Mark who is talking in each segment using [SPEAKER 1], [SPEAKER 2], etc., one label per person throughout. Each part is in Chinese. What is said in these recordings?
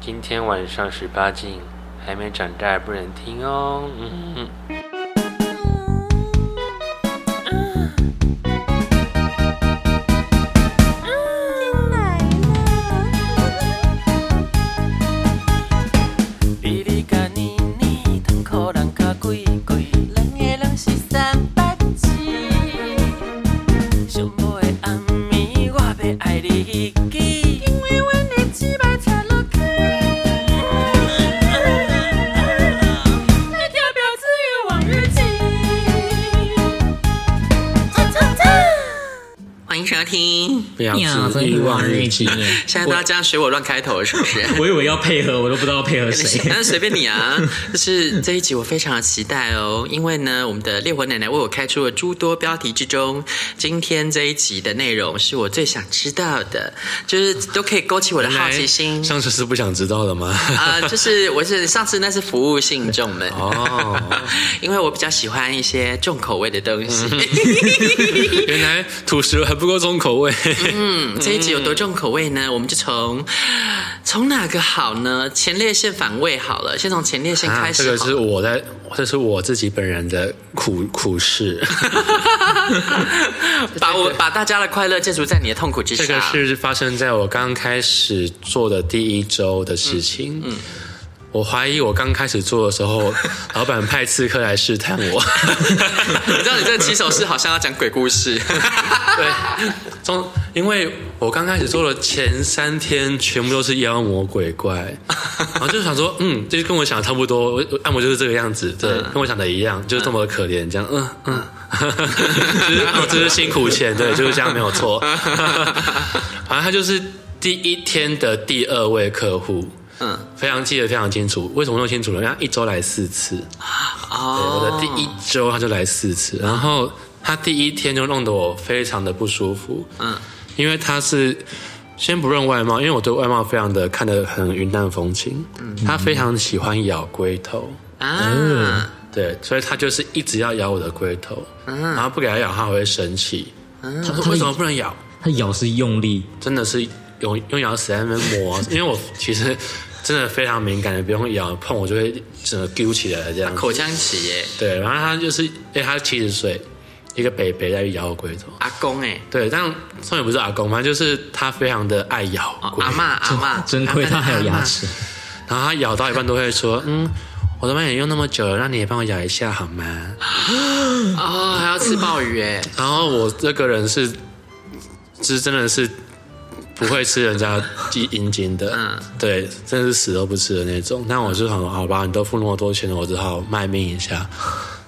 [SPEAKER 1] 今天晚上十八禁，还没长大不能听哦。嗯，
[SPEAKER 2] 比你甲年年，糖苦人较贵贵，咱的人是三八子。寂寞的暗暝，我要爱你一记，因为阮的姊妹插落去。来跳表子与往日情。
[SPEAKER 3] 欢迎收听《
[SPEAKER 4] 婊子欲望日记》。
[SPEAKER 3] 现在大家这样学我乱开头是不是？
[SPEAKER 4] 我以为要配合，我都不知道配合谁。
[SPEAKER 3] 但是随便你啊，就是这一集我非常的期待哦，因为呢，我们的烈火奶奶为我开出了诸多标题之中，今天这一集的内容是我最想知道的，就是都可以勾起我的好奇心。
[SPEAKER 5] 上次是不想知道的吗？
[SPEAKER 3] 啊、就是我是上次那是服务信众们，
[SPEAKER 5] 哦，
[SPEAKER 3] 因为我比较喜欢一些重口味的东西。
[SPEAKER 5] 原来土石还不够重口味。
[SPEAKER 3] 嗯，这一集有多重口味呢？我们就从从哪个好呢？前列腺反胃好了，先从前列腺开
[SPEAKER 5] 啊，
[SPEAKER 3] 始
[SPEAKER 5] 这
[SPEAKER 3] 好了、
[SPEAKER 5] 个是我在，这是我自己本人的苦苦事。
[SPEAKER 3] 把我把大家的快乐建筑在你的痛苦之上。
[SPEAKER 5] 这个是发生在我刚开始做的第一周的事情。嗯，我怀疑我刚开始做的时 候，老板派刺客来试探我。
[SPEAKER 3] 你知道你这起手式好像要讲鬼故 事，
[SPEAKER 5] 对，中，因为我刚开始做的前三天全部都是妖魔鬼 怪，然后就想说，嗯，就是跟我想的差不多，我我按摩就是这个样子，对，跟我想的一样，就是这么可怜，这样，嗯嗯， 就是哦，这是辛苦钱，对，就是这样没有 错。反正他就是第一天的第二位客户。
[SPEAKER 3] 嗯
[SPEAKER 5] 嗯，非常记得非常清楚，为什么那么清楚呢？因为他一周来四次，对，哦
[SPEAKER 3] 哦
[SPEAKER 5] 我的第一周他就来四次，然后他第一天就弄得我非常的不舒服，嗯，因为他是先不论外貌，因为我对外貌非常的看得很云淡风轻，嗯，他非常喜欢咬龟头，嗯
[SPEAKER 3] 啊，
[SPEAKER 5] 对，所以他就是一直要咬我的龟头，嗯，然后不给他咬他会生气，嗯，他说为什么不能咬？
[SPEAKER 4] 他咬是用力，
[SPEAKER 5] 真的是用用咬死在那边磨，因为我其实真的非常敏感的，不用咬碰我就会整个揪起来这样子，
[SPEAKER 3] 口腔期耶，
[SPEAKER 5] 对，然后他就是，因为他七十岁，一个北北在咬我龟头。
[SPEAKER 3] 阿公哎，
[SPEAKER 5] 对，但宋也不是阿公，反正就是他非常的爱咬
[SPEAKER 3] 哦
[SPEAKER 5] 龟，
[SPEAKER 3] 阿妈阿妈，
[SPEAKER 4] 真亏他还有牙齿。
[SPEAKER 5] 然后他咬到一半都会说，嗯。我都帮你用那么久了，那你也帮我咬一下好吗？
[SPEAKER 3] 哦，还要吃鲍鱼 哎，
[SPEAKER 5] 然后我这个人是，是真的是不会吃人家鸡阴茎的，
[SPEAKER 3] 嗯
[SPEAKER 5] 对，真的是死都不吃的那种。那我就想，好吧，你都付那么多钱了，我只好卖命一下。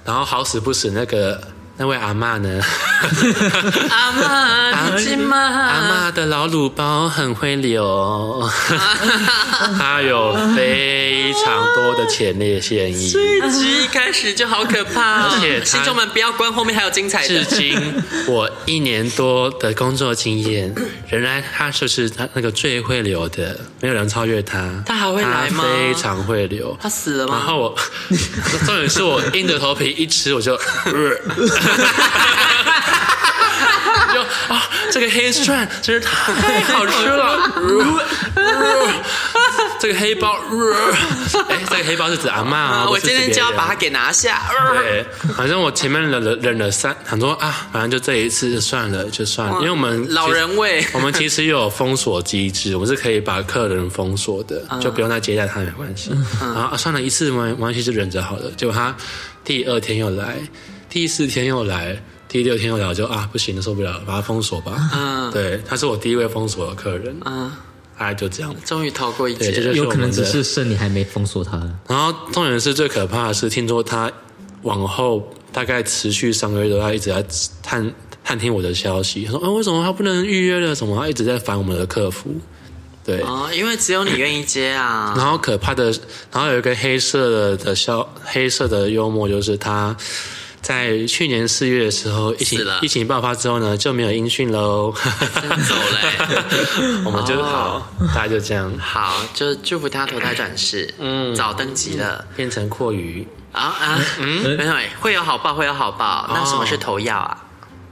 [SPEAKER 5] 然后好死不死，那个那位阿嬷呢？
[SPEAKER 3] 阿
[SPEAKER 5] 哎
[SPEAKER 3] 妈，你知吗？
[SPEAKER 5] 阿妈的老卤包很 会流，她有非常多的前列腺液，
[SPEAKER 3] 这集一开始就好可怕、哦，
[SPEAKER 5] 而且他
[SPEAKER 3] 听众们不要关，后面还有精彩
[SPEAKER 5] 至
[SPEAKER 3] 的。
[SPEAKER 5] 今我一年多的工作经验，仍然她就是她那个最会流的，没有人超越她。
[SPEAKER 3] 她还会来吗
[SPEAKER 5] 她非常会流。
[SPEAKER 3] 他死了
[SPEAKER 5] 然
[SPEAKER 3] 吗？
[SPEAKER 5] 后我， 重点是我硬着头皮一吃，我就， 呃就啊，这个黑蒜真是太好吃了，呃呃这个黑包，呃哎，这个黑包是指阿嬷
[SPEAKER 3] 啊
[SPEAKER 5] 哦，
[SPEAKER 3] 我
[SPEAKER 5] 不是
[SPEAKER 3] 今天
[SPEAKER 5] 指
[SPEAKER 3] 就要
[SPEAKER 5] 别人
[SPEAKER 3] 把他给拿下。
[SPEAKER 5] 对，
[SPEAKER 3] 啊
[SPEAKER 5] 反正我前面忍了忍了三，想说啊，反正就这一次就算了就算了，因为我们
[SPEAKER 3] 老
[SPEAKER 5] 其实
[SPEAKER 3] 人味
[SPEAKER 5] 我们其实有封锁机制，我们是可以把客人封锁的，
[SPEAKER 3] 嗯
[SPEAKER 5] 就不用再接待他没关系。然后、啊、算了一次没没关系，就忍着好了。结果他第二天又来，第四天又来。第六天又来，我就啊不行了，受不了了，把他封锁吧。嗯，对，他是我第一位封锁的客人。嗯，大概就这样。
[SPEAKER 3] 终于逃过一
[SPEAKER 5] 对这
[SPEAKER 3] 劫
[SPEAKER 5] 就。是
[SPEAKER 4] 有可能
[SPEAKER 5] 我们的
[SPEAKER 4] 只是剩你还没封锁他了。
[SPEAKER 5] 然后重点是最可怕的是，听说他往后大概持续三个月都他一直在探探听我的消息，他说啊为什么他不能预约了？什么？他一直在烦我们的客服，对。
[SPEAKER 3] 哦，因为只有你愿意接 啊。
[SPEAKER 5] 然后可怕的，然后有一个黑色的的消黑色的幽默，就是他在去年四月的时候，疫情
[SPEAKER 3] 死了
[SPEAKER 5] 疫情爆发之后呢，就没有音讯喽，
[SPEAKER 3] 走了欸
[SPEAKER 5] 我们就
[SPEAKER 3] 哦
[SPEAKER 5] 好，大家就这样
[SPEAKER 3] 好，就祝福他投胎转世，嗯，早登基了
[SPEAKER 5] 变成阔鱼
[SPEAKER 3] 啊啊，嗯，没有欸，会有好报，会有好
[SPEAKER 5] 哦
[SPEAKER 3] 报。那什么是投药啊？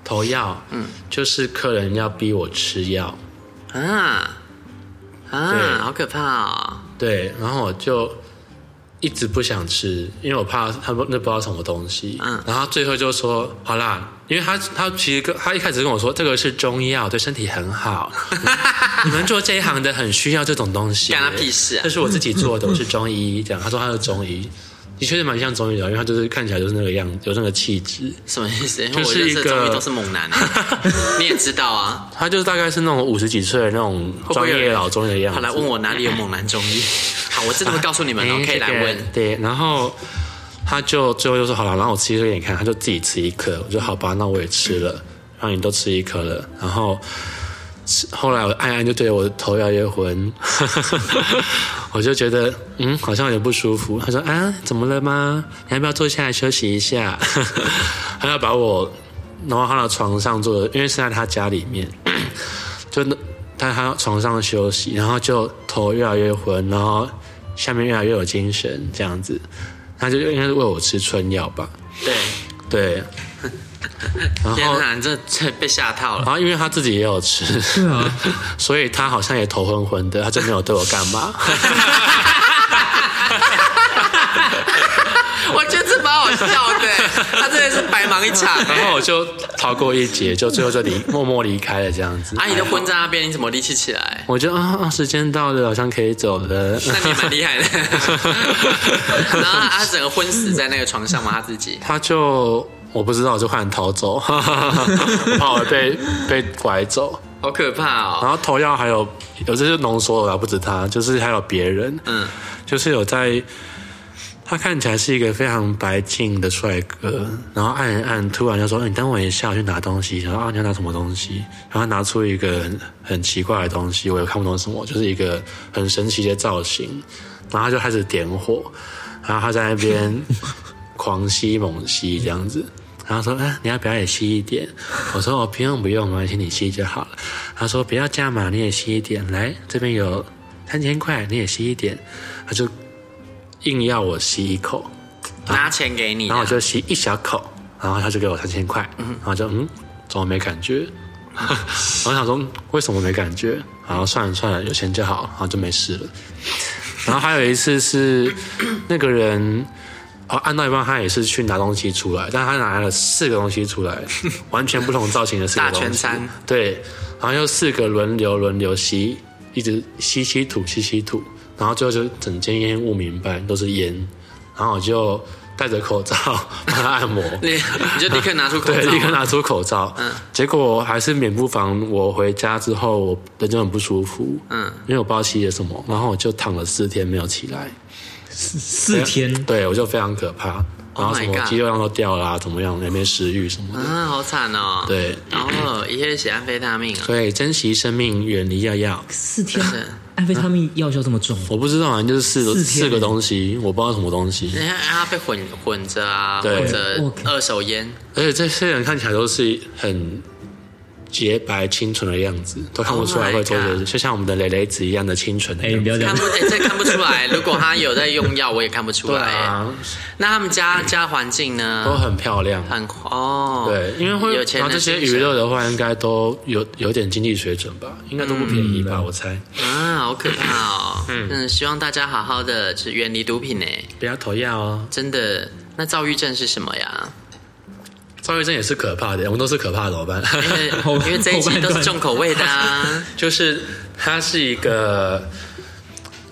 [SPEAKER 5] 投药，嗯，就是客人要逼我吃药。
[SPEAKER 3] 啊啊
[SPEAKER 5] 对，
[SPEAKER 3] 好可怕哦！
[SPEAKER 5] 对，然后我就一直不想吃，因为我怕他们那不知道什么东西。
[SPEAKER 3] 嗯
[SPEAKER 5] 然后最后就说好啦，因为他他其实跟他一开始跟我说这个是中药，对身体很 好。你们做这一行的很需要这种东西，
[SPEAKER 3] 干他屁事啊
[SPEAKER 5] 这是我自己做的，我是中医。这样他说他是中医，的确是蛮像中医的，因为他就是看起来就是那个样子，有那个气质。
[SPEAKER 3] 什么意思？因为
[SPEAKER 5] 就
[SPEAKER 3] 我
[SPEAKER 5] 是
[SPEAKER 3] 认识的
[SPEAKER 5] 一
[SPEAKER 3] 中医
[SPEAKER 5] 个
[SPEAKER 3] 都是猛男、 啊，你也知道啊。
[SPEAKER 5] 他就是大概是那种五十几岁的那种
[SPEAKER 3] 会不
[SPEAKER 5] 专
[SPEAKER 3] 会有
[SPEAKER 5] 业
[SPEAKER 3] 人
[SPEAKER 5] 老中医的样
[SPEAKER 3] 跑
[SPEAKER 5] 子。
[SPEAKER 3] 来问我哪里有猛男中 医？好，我真的会告诉你们哦，
[SPEAKER 5] 哎
[SPEAKER 3] 可以来
[SPEAKER 5] 这个
[SPEAKER 3] 问。
[SPEAKER 5] 对，然后他就最后就说好了，然后我吃一颗给你看，他就自己吃一颗，我说好吧，那我也 吃了，然后你都吃一颗了，然后吃后来我按按就对我的头摇摇魂， 我就觉得嗯好像有点不舒服，他说啊怎么了吗？你要不要坐下来休息一下？ 他要把我挪到他的床上坐着，因为是在他家里面。就那在他床上休息，然后就头越来越昏，然后下面越来越有精神，这样子，他就应该是喂我吃春药吧，
[SPEAKER 3] 对，
[SPEAKER 5] 对，
[SPEAKER 4] 啊
[SPEAKER 5] 然
[SPEAKER 3] 天
[SPEAKER 5] 后
[SPEAKER 3] 哪，你这这被吓套了。
[SPEAKER 5] 然后因为他自己也有吃，
[SPEAKER 4] 对啊，
[SPEAKER 5] 所以他好像也头昏昏的，他就没有对我干 嘛，
[SPEAKER 3] 我觉得这蛮好笑的， 他真的是白忙一场。
[SPEAKER 5] 然后我就逃过一劫，就最后就离默默离开了这样
[SPEAKER 4] 啊
[SPEAKER 5] 子。哎
[SPEAKER 3] 阿姨都昏在那啊边，你怎么力气起来？
[SPEAKER 5] 我就啊啊，时间到了，好像可以走了。
[SPEAKER 3] 那你蛮厉害的。然后他整个昏死在那个床上嘛，他自己。
[SPEAKER 5] 他就我不知道，我就快点逃走， 我怕我被被拐走。
[SPEAKER 3] 好可怕哦！
[SPEAKER 5] 然后头药还有有这是浓缩的啦，不止他，就是还有别人，
[SPEAKER 3] 嗯，
[SPEAKER 5] 就是有在他看起来是一个非常白净的帅哥，然后按一按，突然就说：“哎你等我一下，我去拿东西。”然后啊，你要拿什么东西？然后他拿出一个很很奇怪的东西，我也看不懂什么，就是一个很神奇的造型。然后他就开始点火，然后他在那边狂吸猛吸这样子。然后说：“哎、你要不要也吸一点？”我说：“哦我不用不用，没关系，你吸就好了。”他说：“不要加码，你也吸一点。来，这边有三千块，你也吸一点。”他就硬要我吸一口，
[SPEAKER 3] 拿钱给你，啊
[SPEAKER 5] 然后我就吸一小口，然后他就给我三千块，然后就嗯，怎么没感 觉？然后想说嗯为什么没感觉？然后算了算了，有钱就好，然后就没事了。然后还有一次是那个人。哦，按到一半，他也是去拿东西出来，但他拿了四个东西出 来，完全不同造型的四个
[SPEAKER 3] 大
[SPEAKER 5] 东西。
[SPEAKER 3] 全餐
[SPEAKER 5] 对，然后又四个轮流轮流吸，一直吸吸吐吸吸吐，然后最后就整间烟雾弥漫，都是烟。然后我就戴着口罩帮他按摩，
[SPEAKER 3] 你你就立刻拿出口罩，啊
[SPEAKER 5] 对，立刻拿出口罩。
[SPEAKER 3] 嗯
[SPEAKER 5] 结果还是免不防我回家之后，我人就很不舒服，
[SPEAKER 3] 嗯
[SPEAKER 5] 因为我不知道吸了什么，然后我就躺了四天没有起来。
[SPEAKER 4] 四天
[SPEAKER 5] 对，我就非常可怕，然后
[SPEAKER 3] Oh my
[SPEAKER 5] 什么
[SPEAKER 3] God
[SPEAKER 5] 肌肉量都掉啦、怎么样，也没食欲什么的。
[SPEAKER 3] 啊，好惨哦。，
[SPEAKER 5] 对，
[SPEAKER 3] 然后一夜血安非他命啊，
[SPEAKER 5] 所以珍惜生命，远离药药。
[SPEAKER 4] 四天
[SPEAKER 3] 是，
[SPEAKER 4] 啊安非他命药效这么重，
[SPEAKER 5] 我不知道，好像就是四个
[SPEAKER 4] 四天
[SPEAKER 5] 四个东西，我不知道什么东西。
[SPEAKER 3] 人家哎他被混混着啊，
[SPEAKER 5] 对
[SPEAKER 3] 混着
[SPEAKER 4] 我靠
[SPEAKER 3] 二手烟，
[SPEAKER 5] 而且这些人看起来都是很洁白清纯的样子，都看不出来
[SPEAKER 3] Oh my
[SPEAKER 5] 会做这
[SPEAKER 3] God
[SPEAKER 5] 就像我们的蕾蕾子一样的清纯的
[SPEAKER 4] 哎，你
[SPEAKER 5] 样
[SPEAKER 4] 不
[SPEAKER 5] 子。
[SPEAKER 3] 看
[SPEAKER 4] 要这样
[SPEAKER 3] 不，哎这看不出来。如果他有在用药，我也看不出
[SPEAKER 5] 对
[SPEAKER 3] 来。
[SPEAKER 5] 啊，
[SPEAKER 3] 那他们家家环境呢？
[SPEAKER 5] 都很漂亮。
[SPEAKER 3] 很哦，
[SPEAKER 5] 对，因为会
[SPEAKER 3] 有钱
[SPEAKER 5] 然后
[SPEAKER 3] 人
[SPEAKER 5] 这些
[SPEAKER 3] 精
[SPEAKER 5] 娱
[SPEAKER 3] 神
[SPEAKER 5] 乐的话，应该都有有点经济水准吧，应该都不便宜吧，我猜。
[SPEAKER 3] 啊，好可怕哦。嗯，希望大家好好的，就是远离毒品呢。
[SPEAKER 5] 不要投药哦，
[SPEAKER 3] 真的，那躁郁症是什么呀？
[SPEAKER 5] 躁郁症也是可怕的，我们都是可怕的，怎么办？
[SPEAKER 3] 因为因为这一期都是重口味的啊。
[SPEAKER 5] 就是它是一个，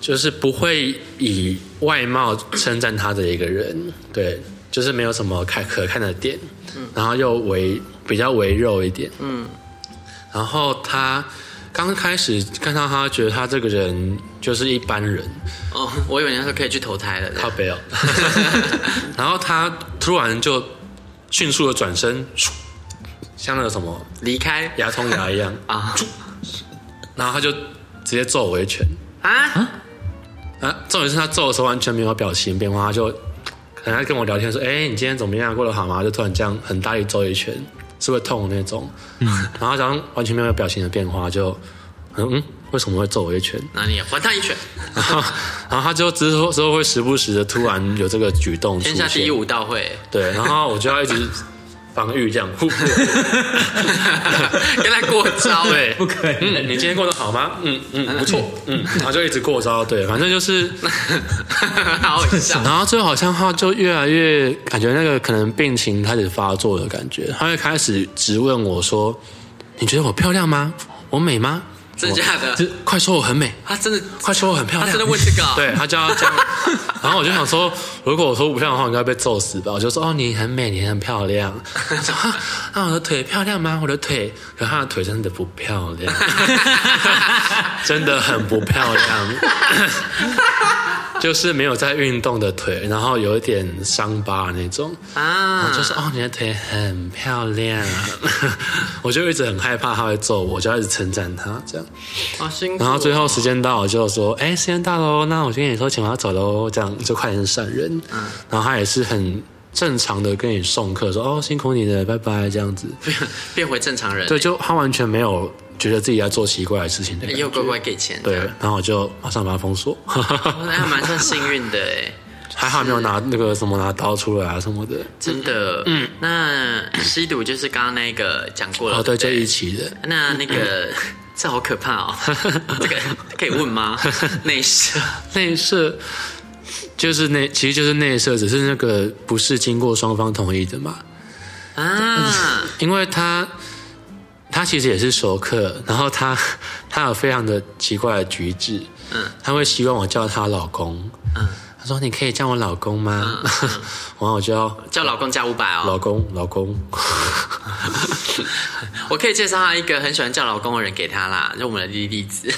[SPEAKER 5] 就是不会以外貌称赞他的一个人，对，就是没有什么看可看的点，然后又微比较微肉一点，嗯，然后他刚开始看到他，觉得他这个人就是一般人，
[SPEAKER 3] 哦，我以为人家说可以去投胎了
[SPEAKER 5] 靠
[SPEAKER 3] 呢。
[SPEAKER 5] 背哦，然后他突然就迅速的转身，咻像那个什么
[SPEAKER 3] 离开
[SPEAKER 5] 牙痛牙一样，
[SPEAKER 3] 啊
[SPEAKER 5] 然后他就直接揍我一拳。
[SPEAKER 3] 啊！
[SPEAKER 5] 啊，重点是他揍的时候完全没有表情变化，他就可能在跟我聊天说：“哎、你今天怎么样？过得好吗？”就突然这样很大力揍一拳，是会痛的那种。嗯， 然后好像完全没有表情的变化，就嗯嗯，为什么会揍我 一拳？
[SPEAKER 3] 那你也还他一拳，
[SPEAKER 5] 然后，然后他就之后之后会时不时的突然有这个举动出
[SPEAKER 3] 天下第一
[SPEAKER 5] 现，
[SPEAKER 3] 武道会。
[SPEAKER 5] 对，然后我就要一直防御这样。
[SPEAKER 3] 嗯
[SPEAKER 5] 呼
[SPEAKER 3] 跟他过招哎、
[SPEAKER 5] 对，
[SPEAKER 4] 不可能
[SPEAKER 5] 嗯， 你今天过得好吗？嗯嗯，不错。嗯，然后就一直过招，对，反正 就是，
[SPEAKER 3] 好好笑。
[SPEAKER 5] 然后最后好像他就越来越感觉那个可能病情开始发作的感觉，他会开始质问我说：“你觉得我漂亮吗？我美吗？
[SPEAKER 3] 真的假的
[SPEAKER 5] 这快说我很美。”
[SPEAKER 3] 他真的，
[SPEAKER 5] 快说我很漂亮！
[SPEAKER 3] 他真的问这个哦
[SPEAKER 5] 对他就要 这样。然后我就想说，如果我说不漂亮的话，我应该被揍死吧？我就说哦，你很美，你很漂亮。我说啊，那我的腿漂亮吗？我的腿，可他的腿真的不漂 亮，真的很不漂 亮，就是没有在运动的腿，然后有一点伤疤那种。然
[SPEAKER 3] 啊
[SPEAKER 5] 后，就是哦，你的腿很漂亮、 啊，我就一直很害怕他会揍我，我就要一直称赞他这样。
[SPEAKER 3] 好辛苦哦。
[SPEAKER 5] 然后最后时间到，我就说：“哎、时间到喽，那我就跟你说，请我要走喽。”这样就快点闪人。然后他也是很正常的跟你送客，说：“哦，辛苦你了，拜拜。”这样子，
[SPEAKER 3] 变回正常人，
[SPEAKER 5] 对，就他完全没有觉得自己在做奇怪的事情的感
[SPEAKER 3] 也
[SPEAKER 5] 觉
[SPEAKER 3] 有哎乖乖给钱，
[SPEAKER 5] 对，，然后我就马上把他封锁，
[SPEAKER 3] 那还蛮算幸运的哎，
[SPEAKER 5] 还好没有拿那个什么拿刀出来啊什么的。
[SPEAKER 3] 真的。嗯，那吸毒就是刚刚那个讲过了，
[SPEAKER 5] 哦，对，
[SPEAKER 3] 不
[SPEAKER 5] 就一起的。
[SPEAKER 3] 那那个 这好可怕哦，这个可以问 吗？内射
[SPEAKER 5] 内射就是内，其实就是内射，只是那个不是经过双方同意的嘛。
[SPEAKER 3] 啊，
[SPEAKER 5] 因为他他其实也是熟客，然后 他他有非常的奇怪的举止，嗯，他会希望我叫他老公，嗯，他说你可以叫我老公吗？
[SPEAKER 3] 嗯
[SPEAKER 5] 然后我就要
[SPEAKER 3] 叫老公加五百
[SPEAKER 5] 老
[SPEAKER 3] 哦。
[SPEAKER 5] 公 老公，
[SPEAKER 3] 我可以介绍他一个很喜欢叫老公的人给他啦，就我们的莉莉 子，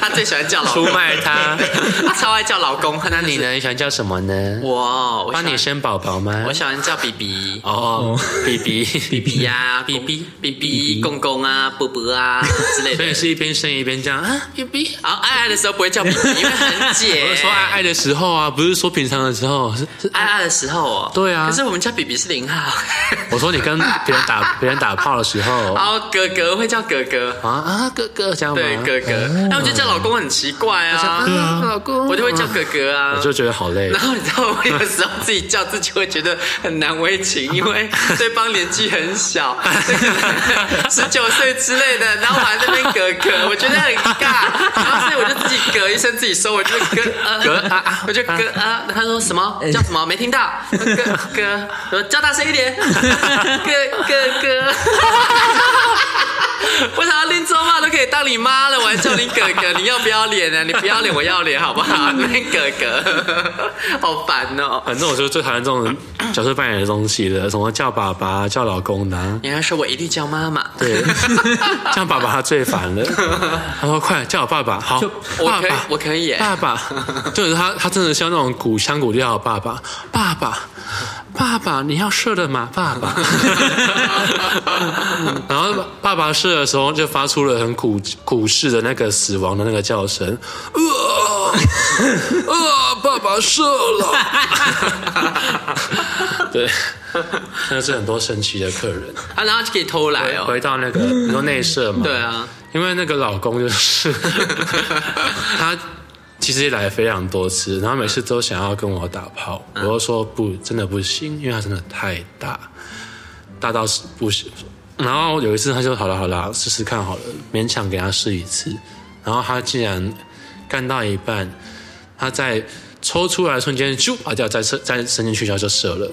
[SPEAKER 3] 他最喜欢叫老公，
[SPEAKER 5] 出卖他
[SPEAKER 3] 他超爱叫老公。那
[SPEAKER 5] 那你？呢？你喜欢叫什么呢？
[SPEAKER 3] 我哦我喜
[SPEAKER 5] 帮你
[SPEAKER 3] 欢，
[SPEAKER 5] 生宝宝吗
[SPEAKER 3] 我？喜欢叫 BB。
[SPEAKER 5] 哦，B B B
[SPEAKER 3] 比比 呀，比比比比，公公啊，伯伯啊之类
[SPEAKER 5] 所以
[SPEAKER 3] 的。
[SPEAKER 5] 是一边生一边这样 啊，B B。
[SPEAKER 3] 然后爱爱的时候不会叫比比，因为很
[SPEAKER 5] 我
[SPEAKER 3] 解。
[SPEAKER 5] 是说爱爱的时候啊，不是说平常的时候， 是是
[SPEAKER 3] 爱爱的时候哦，
[SPEAKER 5] 对啊
[SPEAKER 3] 可是我们家比比是零号，
[SPEAKER 5] 我说你 跟别人打别人打炮的时候
[SPEAKER 3] 然
[SPEAKER 5] 啊
[SPEAKER 3] 后哥哥会叫哥哥，
[SPEAKER 5] 啊哥哥这样吗？
[SPEAKER 3] 对哥哥。那我就叫老公很奇怪啊，
[SPEAKER 5] 老公
[SPEAKER 3] 我就会叫哥哥啊
[SPEAKER 5] 我。就觉得好累
[SPEAKER 3] 然。后你知道， 我有时候自己叫自己会觉得很难为情，因为对方年纪很小，十九岁之类的，然后我还在那边格格，我觉得很尬，然后所以我就自己格一声自己收，我就格呃
[SPEAKER 5] 格啊啊哎
[SPEAKER 3] 我就格啊，他说什么叫什么没听到，格格，我说叫大声一点，格格格。我想要连周妈都可以当你妈了，我还叫你哥哥，你要不要脸啊？你不要脸，我要脸，好不好？那边哥哥，好烦哦。
[SPEAKER 5] 反正我就最讨厌 这种角色扮演的东西了，什么叫爸爸、叫老公的、啊，
[SPEAKER 3] 你还说我一定叫妈妈，
[SPEAKER 5] 对，叫爸爸他最烦了。他说：“快叫我爸爸，好，
[SPEAKER 3] 我
[SPEAKER 5] 爸
[SPEAKER 3] 可以
[SPEAKER 5] 爸，，
[SPEAKER 3] 我可以耶。
[SPEAKER 5] 爸爸，就是他，他真的像那种古香古调的爸爸，爸爸，爸爸，你要射了吗？爸爸。然后爸爸射的时候，就发出了很古古式的那个死亡的那个叫声，呃，呃，爸爸射了。对，那是很多神奇的客人。
[SPEAKER 3] 啊，然后就可以偷来哦。
[SPEAKER 5] 回到那个，你说内射嘛？
[SPEAKER 3] 对啊，
[SPEAKER 5] 因为那个老公就是他，其实也来非常多次，然后每次都想要跟我打炮，我就说不，真的不行，因为他真的太大，大到是不行。然后有一次他就好了好了，试试看好了，勉强给他试一次。然后他竟然干到一半，他在抽出来的瞬间，咻啊把掉，再射再伸进去，然后就射了。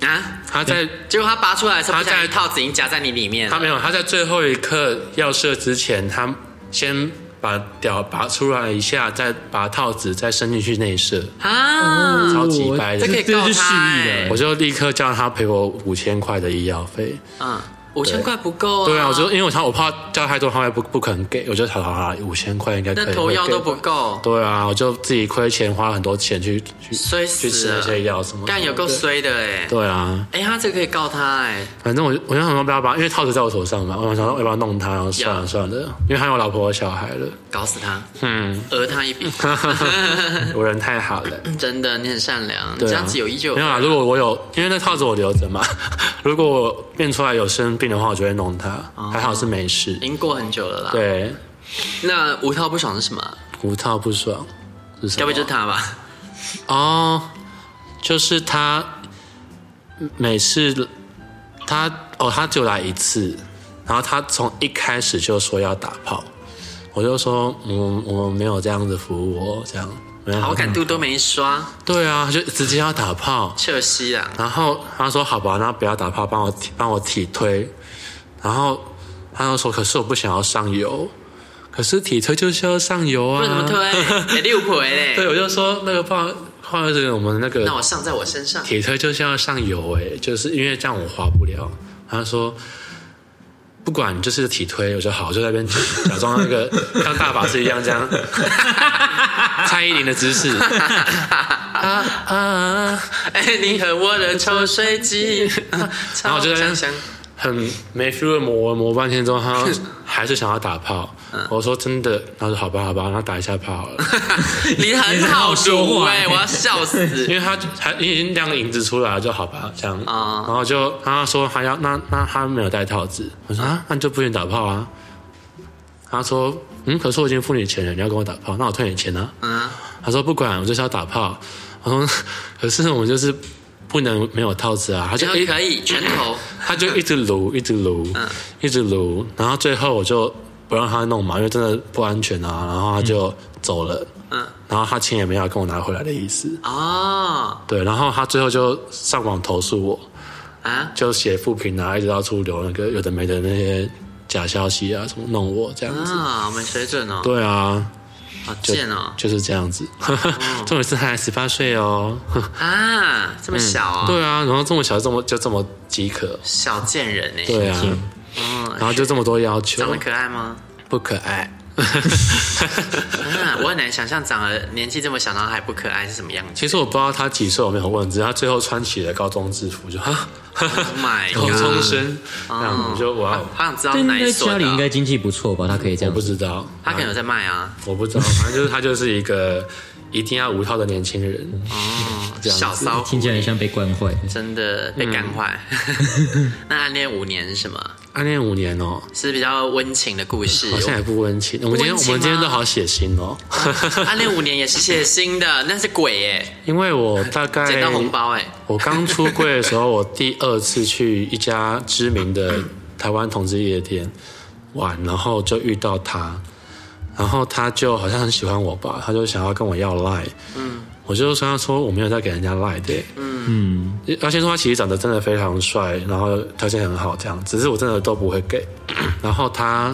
[SPEAKER 3] 啊，
[SPEAKER 5] 他在
[SPEAKER 3] 结果他拔出来的时候，
[SPEAKER 5] 他
[SPEAKER 3] 不小
[SPEAKER 5] 在
[SPEAKER 3] 心套子已经夹在你里面
[SPEAKER 5] 他
[SPEAKER 3] 了。
[SPEAKER 5] 没有，他在最后一刻要射之前，他先把屌拔出来一下，再把套子再伸进去内射，
[SPEAKER 3] 啊，
[SPEAKER 5] 超级白
[SPEAKER 3] 这可以
[SPEAKER 5] 的。
[SPEAKER 3] 告
[SPEAKER 4] 这是蓄
[SPEAKER 3] 他
[SPEAKER 4] 意的
[SPEAKER 3] 哎
[SPEAKER 5] 欸我。就立刻叫他赔我五千块的医药费。
[SPEAKER 3] 嗯，五千块不够啊。
[SPEAKER 5] 对啊，我就因为我怕我怕叫太多，他会不不肯给，我就好好好，五千块应该可以。
[SPEAKER 3] 那头药都不
[SPEAKER 5] 会给
[SPEAKER 3] 够
[SPEAKER 5] 我。，对啊，我就自己亏钱，花很多钱去去
[SPEAKER 3] 衰
[SPEAKER 5] 去
[SPEAKER 3] 死
[SPEAKER 5] 吃
[SPEAKER 3] 了
[SPEAKER 5] 那些药什么的。
[SPEAKER 3] 干有够
[SPEAKER 5] 对
[SPEAKER 3] 衰的哎。
[SPEAKER 5] 对啊，
[SPEAKER 3] 哎，他这个可以告他哎。
[SPEAKER 5] 反正我就我就想说不要把，因为套子在我手上嘛，我想说要不要弄他，然后算
[SPEAKER 3] 要
[SPEAKER 5] 了算了，因为还有老婆和小孩了。
[SPEAKER 3] 搞死他，嗯，讹他 一笔，
[SPEAKER 5] 我人太好了，
[SPEAKER 3] 真的，你很善良，你
[SPEAKER 5] 对啊
[SPEAKER 3] 这样子有一就
[SPEAKER 5] 没有
[SPEAKER 3] 有
[SPEAKER 5] 啦。
[SPEAKER 3] 二
[SPEAKER 5] 如果我有，因为那套子我留着嘛， 如果我变出来有生病的话，我就会弄它。
[SPEAKER 3] 啊
[SPEAKER 5] 还好是没事
[SPEAKER 3] 已。经过很久了啦。，
[SPEAKER 5] 对，啊
[SPEAKER 3] 那无套不爽是什么？
[SPEAKER 5] 无套不爽是什么？
[SPEAKER 3] 该不会就是他吧？
[SPEAKER 5] 哦，就是他每次他哦，他就来一次，然后他从一开始就说要打炮，我就说嗯，我们没有这样子服务哦，这样没有
[SPEAKER 3] 好感度都没刷，
[SPEAKER 5] 对啊，他就直接要打炮，
[SPEAKER 3] 撤西啊，
[SPEAKER 5] 然后他说好吧，那不要打炮，帮我提帮我体推，然后他又说可是我不想要上游，可是体推就是要上游啊，
[SPEAKER 3] 不然怎么推？欸、六婆 嘞，
[SPEAKER 5] 对，我就说那个不好不好意思，我们那个
[SPEAKER 3] 那我上在我身上，
[SPEAKER 5] 铁推就是要上油哎、就是因为这样我滑不了。他说不管就是体推，我说好，我就在那边假装那个 像大法师一样这 样，蔡依林的姿势。 啊啊！
[SPEAKER 3] 哎、你和我的抽水 机，
[SPEAKER 5] 然后我就在那
[SPEAKER 3] 香
[SPEAKER 5] 边
[SPEAKER 3] 香，
[SPEAKER 5] 很没 feel 地磨磨半天之 后，他还是想要打炮。
[SPEAKER 3] 嗯
[SPEAKER 5] 我说真的，他说好吧好吧，那打一下炮好 了，
[SPEAKER 3] 你很好
[SPEAKER 4] 说
[SPEAKER 3] 读
[SPEAKER 4] 话
[SPEAKER 3] 哎、我要笑死。
[SPEAKER 5] 因为他还已经亮影子出来了，就好吧这样。
[SPEAKER 3] 啊
[SPEAKER 5] 然后就他说他要那那他没有戴套子，我说啊那你就不许打炮啊。他说嗯，可是我已经付你钱了，你要跟我打炮，那我退你钱啊。
[SPEAKER 3] 嗯，
[SPEAKER 5] 他说不管，我就是要打炮。我说 可是我们就是不能没有套子啊。他
[SPEAKER 3] 觉
[SPEAKER 5] 就
[SPEAKER 3] 得
[SPEAKER 5] 一
[SPEAKER 3] 可以，拳 头，
[SPEAKER 5] 他就一直撸，一直撸，
[SPEAKER 3] 嗯
[SPEAKER 5] 一直撸，然后最后我就不让他弄嘛，因为真的不安全啊，然后他就走了，
[SPEAKER 3] 嗯，
[SPEAKER 5] 然后他钱也没有要跟我拿回来的意思，
[SPEAKER 3] 哦，
[SPEAKER 5] 对，然后他最后就上网投诉我，
[SPEAKER 3] 啊，
[SPEAKER 5] 就写负评啊，一直到处留那个有的没的那些假消息啊，什么弄我这样子，
[SPEAKER 3] 啊，没水准哦，
[SPEAKER 5] 对啊，
[SPEAKER 3] 好
[SPEAKER 5] 就
[SPEAKER 3] 贱哦，
[SPEAKER 5] 就是这样子， 重点是他还十八岁哦，
[SPEAKER 3] 啊，这么小
[SPEAKER 4] 嗯
[SPEAKER 3] 啊、
[SPEAKER 5] 对啊，然后这么小就这么就这么饥渴，
[SPEAKER 3] 小贱人哎、
[SPEAKER 5] 对啊，
[SPEAKER 3] 嗯，
[SPEAKER 5] 然后就这么多要求
[SPEAKER 3] 长，得可爱吗？
[SPEAKER 5] 不可爱。
[SPEAKER 3] 啊，我很难想象长得年纪这么小，然后还不可爱是什么样子。
[SPEAKER 5] 其实我不知道他几岁，我没有问，只是他最后穿起了高中制服，就哈，
[SPEAKER 3] Oh my
[SPEAKER 5] 高
[SPEAKER 3] god！
[SPEAKER 5] 中生，这样我就哇，
[SPEAKER 3] 好想知道
[SPEAKER 4] 但
[SPEAKER 3] 哪
[SPEAKER 4] 应
[SPEAKER 3] 一
[SPEAKER 4] 该
[SPEAKER 3] 所的啊
[SPEAKER 4] 家里应该经济不错吧？他可以这
[SPEAKER 5] 我
[SPEAKER 4] 样
[SPEAKER 5] 不，知道，
[SPEAKER 3] 他可能有在卖啊，
[SPEAKER 5] 我不知道，反正就是他就是一个一定要无套的年轻人，
[SPEAKER 3] 哦
[SPEAKER 5] 这样子
[SPEAKER 3] 小
[SPEAKER 5] 嗯
[SPEAKER 3] 骚狐
[SPEAKER 4] 听起来很像被惯坏。
[SPEAKER 3] 真的被干 坏。那暗恋五年是什么？
[SPEAKER 5] 暗恋五年哦，
[SPEAKER 3] 是比较温情的故事。
[SPEAKER 5] 好像也不温情。我们今天
[SPEAKER 3] 哎不温情吗
[SPEAKER 5] 我们今天都好血腥哦，
[SPEAKER 3] 暗恋五年也是写新的，那是鬼耶，
[SPEAKER 5] 因为我大概
[SPEAKER 3] 捡到红包哎，
[SPEAKER 5] 我刚出柜的时候，我第二次去一家知名的台湾同志夜店玩，然后就遇到他，然后他就好像很喜欢我吧，他就想要跟我要赖，嗯，我就跟他说我没有在给人家赖的、
[SPEAKER 4] 嗯，
[SPEAKER 5] 要先说他其实长得真的非常帅，然后条件很好，这样，只是我真的都不会给。 然后他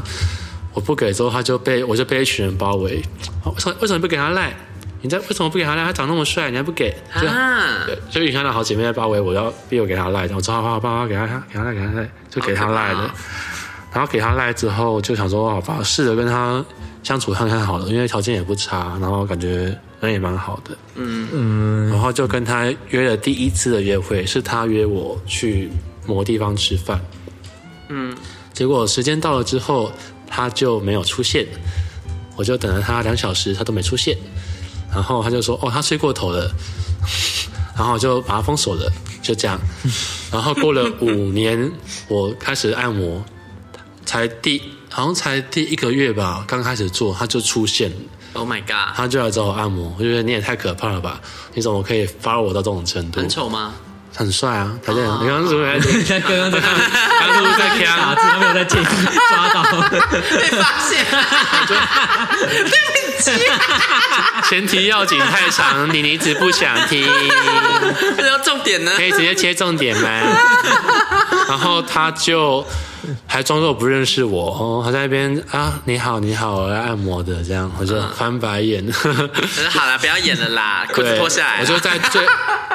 [SPEAKER 5] 我不给之后，他就被我就被一群人包围，啊为什么为什么不给他赖？你在为什么不给他赖？他长那么帅，你还不给？这样
[SPEAKER 3] 啊，
[SPEAKER 5] 对，就以前的好姐妹在包围我，要逼我给她赖，我说好吧好吧，好吧给她给她赖给她赖，就给她赖
[SPEAKER 3] 好可
[SPEAKER 5] 了
[SPEAKER 3] 怕。
[SPEAKER 5] 然后给她赖之后，就想说好吧，试着跟她相处看看好了，因为条件也不差，然后感觉人也蛮好的。嗯嗯，然后就跟她约了第一次的约会，是她约我去某个地方吃饭。嗯，结果时间到了之后，她就没有出现，我就等了她两小时，她都没出现。然后她就说：“哦，她睡过头了。”然后就把它封锁了，就这样。然后过了五年，我开始按摩，才第好像才第一个月吧，刚开始做，他就出现了，
[SPEAKER 3] ，Oh my god，
[SPEAKER 5] 他就来找我按摩。我就觉得你也太可怕了吧，你怎么可以发我到这种程度
[SPEAKER 3] 很？丑 吗？
[SPEAKER 5] 很帅啊，条件很，你刚刚是不是 在？
[SPEAKER 4] 他刚刚在看
[SPEAKER 5] 他是不是在看？
[SPEAKER 4] 打字，他没有在建议抓到。
[SPEAKER 3] 被发现了，
[SPEAKER 5] 前提要紧太长，你你一直不想听。
[SPEAKER 3] 这要重点呢
[SPEAKER 5] 可。以直接切重点 吗？然后他就还装作不认识我，哦，他在那边啊，你好，你好，我来按摩的，这样我就
[SPEAKER 3] 嗯
[SPEAKER 5] 翻白眼。
[SPEAKER 3] 我说好了，不要演了 啦，裤子
[SPEAKER 5] 对
[SPEAKER 3] 脱下来啦。啊
[SPEAKER 5] 我就在最，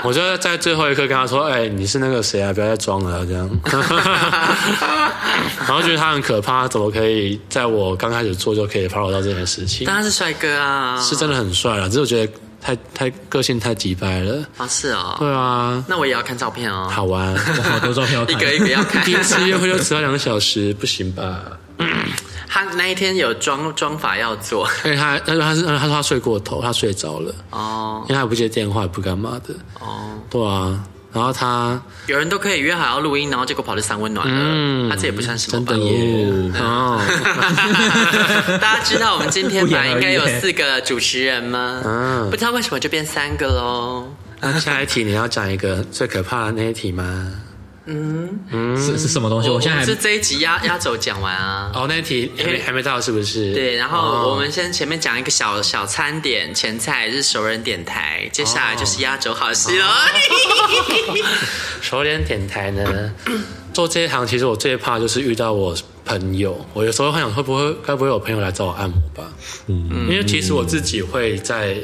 [SPEAKER 5] 我就在最后一刻跟他说：“哎、你是那个谁啊？不要再装了，这样。”然后觉得他很可怕，怎么可以在我刚开始做就可以 follow 到这件事情？
[SPEAKER 3] 当然是帅哥啊，
[SPEAKER 5] 是真的很帅了，只是我觉得太太个性太急掰了。
[SPEAKER 3] 啊，是哦。
[SPEAKER 5] 对啊，
[SPEAKER 3] 那我也要看照片哦，
[SPEAKER 5] 好玩。
[SPEAKER 4] 好多照片哦
[SPEAKER 3] 一
[SPEAKER 4] 要看，
[SPEAKER 3] 个一个要看
[SPEAKER 5] 第。一次约会就迟到两个小时，不行吧？
[SPEAKER 3] 他那一天有妆妆法要做
[SPEAKER 5] 因为他，他说他是，他说他睡过头，他睡着了，
[SPEAKER 3] 哦
[SPEAKER 5] 因为他也不接电话，也不干嘛的。
[SPEAKER 3] 哦，
[SPEAKER 5] 对啊，然后他
[SPEAKER 3] 有人都可以约好要录音，然后结果跑去三温暖了，
[SPEAKER 5] 嗯
[SPEAKER 3] 他这也不算什么
[SPEAKER 5] 真
[SPEAKER 3] 吧
[SPEAKER 5] 的？耶哦，
[SPEAKER 3] 大家知道我们今天本来应该有
[SPEAKER 4] 不言而喻
[SPEAKER 5] 啊
[SPEAKER 3] 四个主持人吗？不知道为什么就变三个喽。
[SPEAKER 5] 那下一题你要讲一个最可怕的那一题吗？
[SPEAKER 4] 是是什么东西？
[SPEAKER 3] 我
[SPEAKER 4] 我现在还
[SPEAKER 3] 是这一集压压轴讲完啊。
[SPEAKER 5] 哦，那一题还没还没到是不是？
[SPEAKER 3] 对，然
[SPEAKER 5] 哦
[SPEAKER 3] 后我们先前面讲一个小小餐点，前菜是熟人点台，接下来就是压轴好戏
[SPEAKER 5] 哦
[SPEAKER 3] 了。哎
[SPEAKER 5] 熟脸点台呢， 做这一行其实我最怕就是遇到我朋友，我有时候幻想会不会该不会有朋友来找我按摩吧？嗯，因为其实我自己会在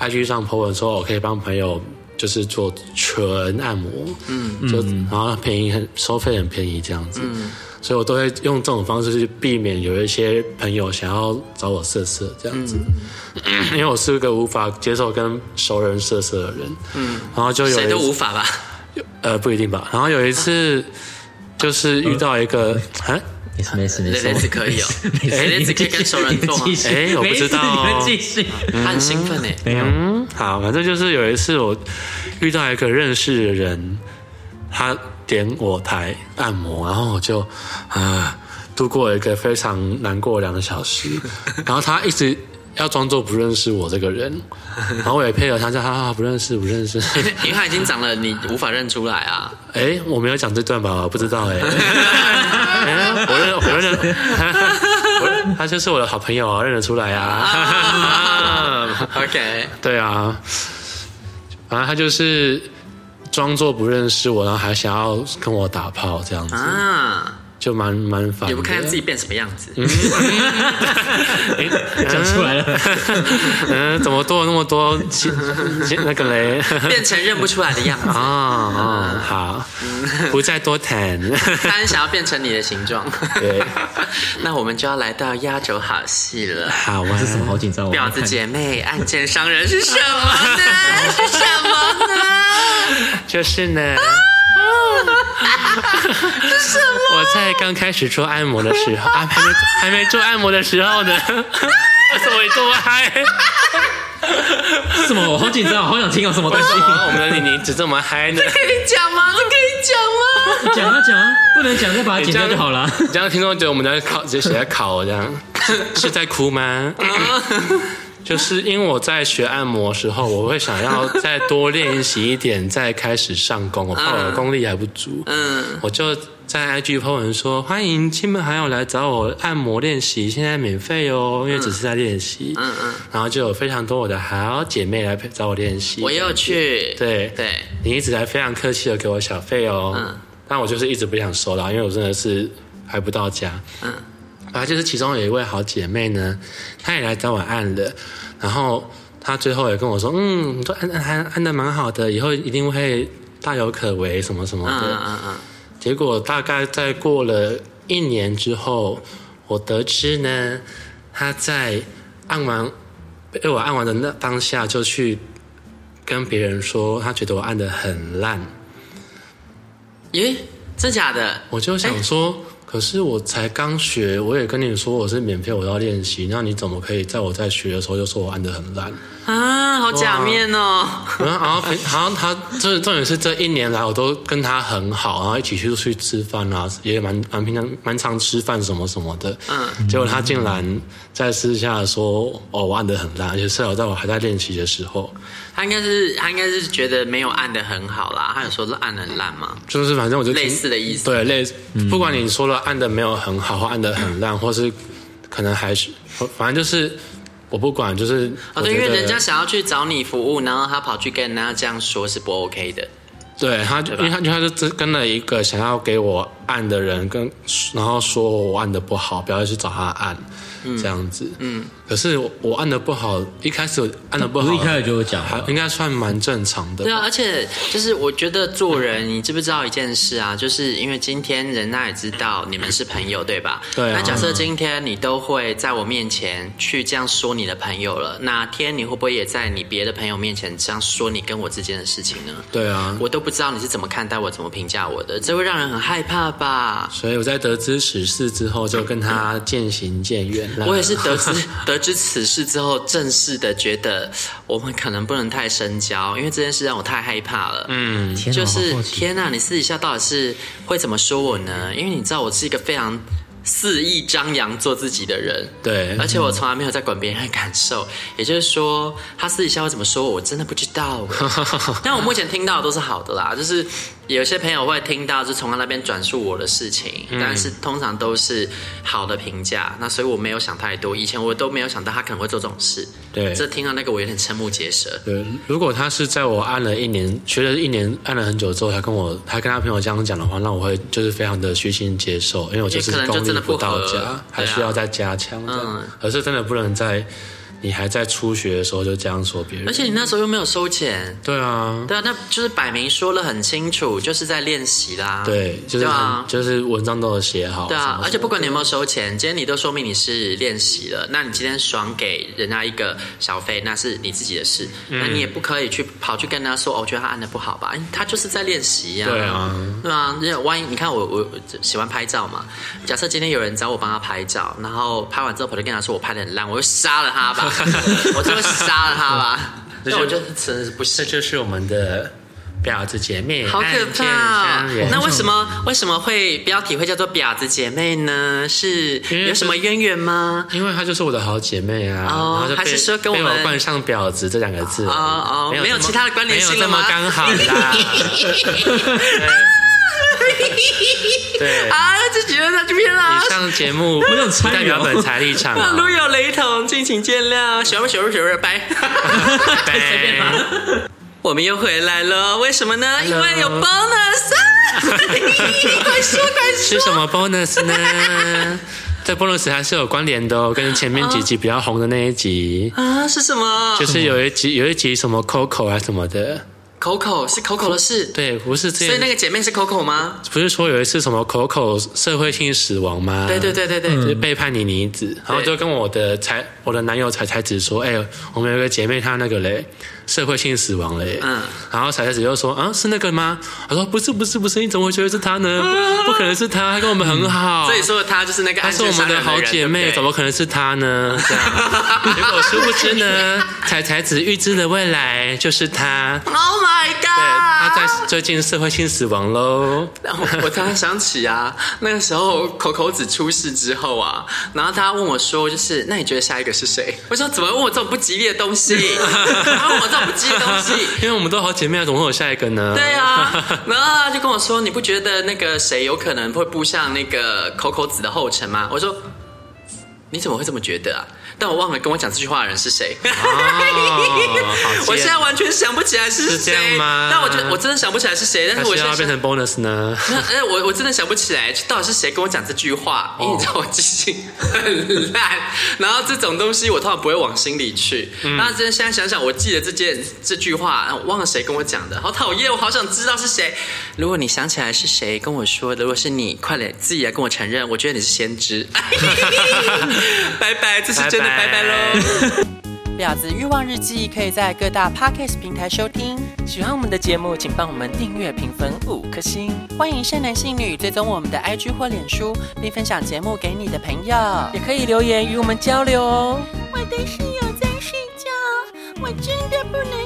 [SPEAKER 5] IG 上 po 文说我可以帮朋友就是做全按摩，嗯，就然后便宜很收费很便宜这样子，嗯，所以我都会用这种方式去避免有一些朋友想要找我色色这样子，因为我是个无法接受跟熟人色色的人，嗯，然后就有一
[SPEAKER 3] 谁都
[SPEAKER 5] 次
[SPEAKER 3] 无法吧？
[SPEAKER 5] 呃，不一定吧。然后有一次，就是遇到一个，啊，
[SPEAKER 4] 没事没事没
[SPEAKER 3] 雷
[SPEAKER 4] 事，
[SPEAKER 3] 雷子可以哦，雷雷子可以跟熟人做吗？
[SPEAKER 5] 哎我不知道哦
[SPEAKER 4] 没事你们继续。
[SPEAKER 3] 他很兴 奋哎，
[SPEAKER 4] 没有，
[SPEAKER 5] 嗯，好，反正就是有一次我遇到一个认识的人，他点我台按摩，然后我就啊度过一个非常难过的两个小时，然后他一直。要装作不认识我这个人，然后我也配合他，叫他啊不认识不认识。
[SPEAKER 3] 因为他已经长了，你无法认出来 啊。
[SPEAKER 5] 哎、我没有讲这段吧？我不知道哎、哎我认我认得，我他就是我的好朋友啊，认得出来啊。
[SPEAKER 3] OK，
[SPEAKER 5] 对啊，反正他就是装作不认识我，然后还想要跟我打炮这样子，
[SPEAKER 3] 啊，
[SPEAKER 5] 就蛮蛮烦的。
[SPEAKER 3] 也不看看自己变什么样子。
[SPEAKER 4] 讲出来了，
[SPEAKER 5] 嗯，怎么多了那么多其其那个嘞？
[SPEAKER 3] 变成认不出来的样子
[SPEAKER 5] 啊。啊、好，不再多谈。
[SPEAKER 3] 当然想要变成你的形状。
[SPEAKER 5] 对，
[SPEAKER 3] 那我们就要来到压轴好戏了。
[SPEAKER 5] 好啊玩
[SPEAKER 4] 是什么？好紧张哦。
[SPEAKER 3] 婊子姐妹暗箭伤人是什么呢？ 是什么呢？
[SPEAKER 5] 就是呢。我在刚开始做按摩的时候，啊，还没还没做按摩的时候呢， 所以做爱。
[SPEAKER 4] 什么？我好紧张，好想听有哦什 么东
[SPEAKER 5] 为
[SPEAKER 4] 西
[SPEAKER 5] 什。么我们的妮妮只这么嗨呢？
[SPEAKER 3] 可以讲吗？这可以讲吗？
[SPEAKER 4] 讲啊讲啊，不能讲再把它剪掉就好了。
[SPEAKER 5] 这样听众觉得我们在考，直接写在考我这样，是在哭吗？就是因为我在学按摩的时候，我会想要再多练习一点，再开始上工。我怕我的功力还不足，
[SPEAKER 3] 嗯，
[SPEAKER 5] 我就在 IG 抛文说，欢迎亲朋好友来找我按摩练习，现在免费哦，因为只是在练习。嗯嗯。然后就有非常多我的好姐妹来陪找我练习。
[SPEAKER 3] 我又去。
[SPEAKER 5] 对
[SPEAKER 3] 对，
[SPEAKER 5] 你一直来非常客气的给我小费哦。
[SPEAKER 3] 嗯
[SPEAKER 5] 但我就是一直不想收啦，因为我真的是还不到家。嗯。啊，就是其中有一位好姐妹呢，她也来找我按了，然后她最后也跟我说，嗯，你都按按按按的蛮好的，以后一定会大有可为什么什么
[SPEAKER 3] 嗯
[SPEAKER 5] 的。
[SPEAKER 3] 嗯嗯，
[SPEAKER 5] 结果大概在过了一年之后，我得知呢，他在按完被我按完的那当下，就去跟别人说，他觉得我按的很烂。
[SPEAKER 3] 咦，真假的？
[SPEAKER 5] 我就想说，可是我才刚学，我也跟你说我是免费，我要练习，那你怎么可以在我在学的时候就说我按的很烂？
[SPEAKER 3] 啊，好假面哦！
[SPEAKER 5] 然后，然后，然后他这重点是这一年来，我都跟他很好，然后一起去出去吃饭啊，也蛮蛮平常蛮常吃饭什么什么的。嗯，结果他竟然在私下说：“哦，我按的很烂，而且是我在我还在练习的时候，
[SPEAKER 3] 他应该是他应该是觉得没有按的很好啦，他有说按的很烂吗？
[SPEAKER 5] 就是反正我就听
[SPEAKER 3] 类似的意思
[SPEAKER 5] 对，类似，
[SPEAKER 4] 嗯
[SPEAKER 5] 不管你说了按的没有很好，或按的很烂，或是可能还是，反正就是我不管，就是
[SPEAKER 3] 哦，
[SPEAKER 5] 我
[SPEAKER 3] 对，因
[SPEAKER 5] 觉
[SPEAKER 3] 为
[SPEAKER 5] 得
[SPEAKER 3] 人家想要去找你服务，然后他跑去跟人家这样说，是不 OK 的。
[SPEAKER 5] 对他就，因为他就他就只跟了一个想要给我按的人跟，然后说我按的不好，不要去找他按，这样子。嗯，可是我我按的不好，一开始我按的不好，
[SPEAKER 4] 我一开始就有讲
[SPEAKER 5] 还
[SPEAKER 4] 了
[SPEAKER 5] 应该算蛮正常的
[SPEAKER 3] 对。啊，而且就是我觉得做人，你知不知道一件事 啊？就是因为今天人家也知道你们是朋友，对吧？
[SPEAKER 5] 对啊
[SPEAKER 3] 那假设今天你都会在我面前去这样说你的朋友了，哪天你会不会也在你别的朋友面前这样说你跟我之间的事情呢？
[SPEAKER 5] 对啊，
[SPEAKER 3] 我都不知道你是怎么看待我，怎么评价我的，这会让人很害怕吧？
[SPEAKER 5] 所以我在得知此事之后，就跟他渐行渐远了。
[SPEAKER 3] 我也是得知 得知此事之后，正式的觉得我们可能不能太深交，因为这件事让我太害怕了。嗯，
[SPEAKER 4] 天哪
[SPEAKER 3] 就是
[SPEAKER 4] 好好奇
[SPEAKER 3] 天哪，你私底下到底是会怎么说我呢？因为你知道我是一个非常。肆意张扬做自己的人。
[SPEAKER 5] 对
[SPEAKER 3] 而
[SPEAKER 4] 嗯
[SPEAKER 3] 且我从来没有在管别人的感受，也就是说，他私底下会怎么说我，我真的不知 道。但我目前听到的都是好的啦，就是有些朋友会听到，就从他那边转述我的事情，
[SPEAKER 4] 嗯
[SPEAKER 3] 但是通常都是好的评价。那所以我没有想太多，以前我都没有想到他可能会做这种事。
[SPEAKER 5] 对
[SPEAKER 3] 这听到那个我有点瞠目结舌。
[SPEAKER 4] 嗯
[SPEAKER 5] 对，如果他是在我按了一年，学了一年，按了很久之后，他跟我，他跟他朋友这样讲的话，那我会就是非常的虚心接受，因为我就是
[SPEAKER 3] 也可能就
[SPEAKER 5] 功
[SPEAKER 3] 真
[SPEAKER 5] 力
[SPEAKER 3] 的不合
[SPEAKER 5] 到
[SPEAKER 3] 对
[SPEAKER 5] 家
[SPEAKER 3] 啊，
[SPEAKER 5] 还需要再加强。
[SPEAKER 3] 嗯
[SPEAKER 5] 嗯，而是真的不能在你还在初学的时候就这样说别人。
[SPEAKER 3] 而且你那时候又没有收钱，
[SPEAKER 5] 对啊，
[SPEAKER 3] 对啊，那就是摆明说了很清楚，就是在练习啦。
[SPEAKER 5] 对，就是
[SPEAKER 3] 对
[SPEAKER 5] 很、
[SPEAKER 3] 啊
[SPEAKER 5] 就是文章都有写好。
[SPEAKER 3] 对
[SPEAKER 5] 什
[SPEAKER 3] 啊
[SPEAKER 5] 么，
[SPEAKER 3] 而且不管你有没有收钱，今天你都说明你是练习了，那你今天爽给人家一个小费，那是你自己的事，
[SPEAKER 5] 嗯
[SPEAKER 3] 那你也不可以去跑去跟他说，哦，我觉得他按的不好吧，哎他就是在练习呀、
[SPEAKER 5] 对啊，
[SPEAKER 3] 对啊，因为万一你看我我我喜欢拍照嘛，假设今天有人找我帮他拍照，然后拍完之后跑去跟他说我拍的很烂，我就杀了他 吧，我就会杀了他吧，
[SPEAKER 5] 这
[SPEAKER 3] 那
[SPEAKER 5] 就
[SPEAKER 3] 我就真的是不行
[SPEAKER 5] 这。就是我们的婊子姐妹，
[SPEAKER 3] 好可怕、啊
[SPEAKER 5] 暗箭伤人！
[SPEAKER 3] 那为什么为什么会标题会叫做“婊子姐妹”呢？是
[SPEAKER 5] 因为
[SPEAKER 3] 有
[SPEAKER 5] 是
[SPEAKER 3] 什么渊源吗？
[SPEAKER 5] 因为她就是我的好姐妹啊，
[SPEAKER 3] 哦
[SPEAKER 5] 然后就被
[SPEAKER 3] 还是说跟我
[SPEAKER 5] 被
[SPEAKER 3] 们
[SPEAKER 5] 我冠上“婊子”这两个字
[SPEAKER 3] 哦哦没有
[SPEAKER 5] 这么
[SPEAKER 3] 其他的关联性
[SPEAKER 5] 没有这
[SPEAKER 3] 了
[SPEAKER 5] 么
[SPEAKER 3] 吗
[SPEAKER 5] 刚好 啦。对对，
[SPEAKER 3] 啊，就觉得他这边啦
[SPEAKER 5] 以。上节目
[SPEAKER 3] 啊
[SPEAKER 4] 有点参与哦
[SPEAKER 5] 代表本台立场
[SPEAKER 3] 那
[SPEAKER 5] 哦，
[SPEAKER 3] 如有雷同，敬请见谅。小二小二小二，拜。
[SPEAKER 5] 拜
[SPEAKER 3] 随便吧 我们又回来了，为什么呢？因为有 bonus 啊。快说快说！
[SPEAKER 5] 是什么 bonus 呢？这 bonus 还是有关联的哦，跟前面几集比较红的那一集，
[SPEAKER 3] 啊，是什么？
[SPEAKER 5] 就是有一集有一集什么 Coco 啊什么的，
[SPEAKER 3] 口口是口口的事，
[SPEAKER 5] 对，不是之
[SPEAKER 3] 所以
[SPEAKER 5] 前
[SPEAKER 3] 那个姐妹是口口吗？
[SPEAKER 5] 不是说有一次什么 Coco 社会性死亡吗？
[SPEAKER 3] 对对对对对，
[SPEAKER 5] 就是背叛你妮子，然后就跟我的才我的男友才才子说，哎、我们有个姐妹她那个嘞，社会性死亡嘞，
[SPEAKER 3] 嗯
[SPEAKER 5] 嗯，然后才才子就说，啊，是那个吗？我说不是不是不是，你怎么会觉得是她呢？不可能是她，她跟我们很好，
[SPEAKER 3] 所以说她嗯就是那个
[SPEAKER 5] 她
[SPEAKER 3] 暗
[SPEAKER 5] 是
[SPEAKER 3] 箭
[SPEAKER 5] 我
[SPEAKER 3] 杀
[SPEAKER 5] 们
[SPEAKER 3] 人
[SPEAKER 5] 的好姐妹，
[SPEAKER 3] 人
[SPEAKER 5] 怎么？可能是她呢？这样，结果殊不知呢，才才子预知的未来就是她。
[SPEAKER 3] 对不对 Oh my
[SPEAKER 5] 对，她
[SPEAKER 3] god！
[SPEAKER 5] 在最近社会性死亡喽。
[SPEAKER 3] 然后我突然想起啊， 那个时候口口子出事之后啊，然后他问我说，就是那你觉得下一个是谁？我说怎么问我这种不吉利的东西？ 他问我这种不吉利的东西。
[SPEAKER 5] 因为我们都好姐妹啊，怎么会有下一个呢？
[SPEAKER 3] 对啊，然后他就跟我说，你不觉得那个谁有可能会步上那个口口子的后尘吗？我说你怎么会这么觉得啊？但我忘了跟我讲这句话的人是谁。
[SPEAKER 5] 哦好贱
[SPEAKER 3] 我现在完全想不起来是
[SPEAKER 5] 是
[SPEAKER 3] 谁，
[SPEAKER 5] 这样吗
[SPEAKER 3] 但我觉得我真的想不起来是谁，但
[SPEAKER 5] 还
[SPEAKER 3] 是我
[SPEAKER 5] 是
[SPEAKER 3] 现
[SPEAKER 5] 要
[SPEAKER 3] 在
[SPEAKER 5] 变成 bonus 呢？
[SPEAKER 3] 哎，我我真的想不起来到底是谁跟我讲这句话，
[SPEAKER 5] 哦
[SPEAKER 3] 因为你知道我记性很烂，然后这种东西我通常不会往心里去。
[SPEAKER 5] 嗯
[SPEAKER 3] 那真的现在想想，我记得这件这句话，然后我忘了谁跟我讲的，好讨厌，我好想知道是谁。如果你想起来是谁跟我说的，如果是你，快点自己来跟我承认，我觉得你是先 知。拜拜，这是真的拜
[SPEAKER 5] 拜
[SPEAKER 3] 拜
[SPEAKER 5] 拜
[SPEAKER 3] 喽。
[SPEAKER 2] 婊子欲望日记可以在各大 podcast 平台收听。喜欢我们的节目，请帮我们订阅、评分五颗星。欢迎善男信女追踪我们的 IG 或脸书，并分享节目给你的朋友，也可以留言与我们交流哦。
[SPEAKER 6] 我的室友在睡觉，我真的不能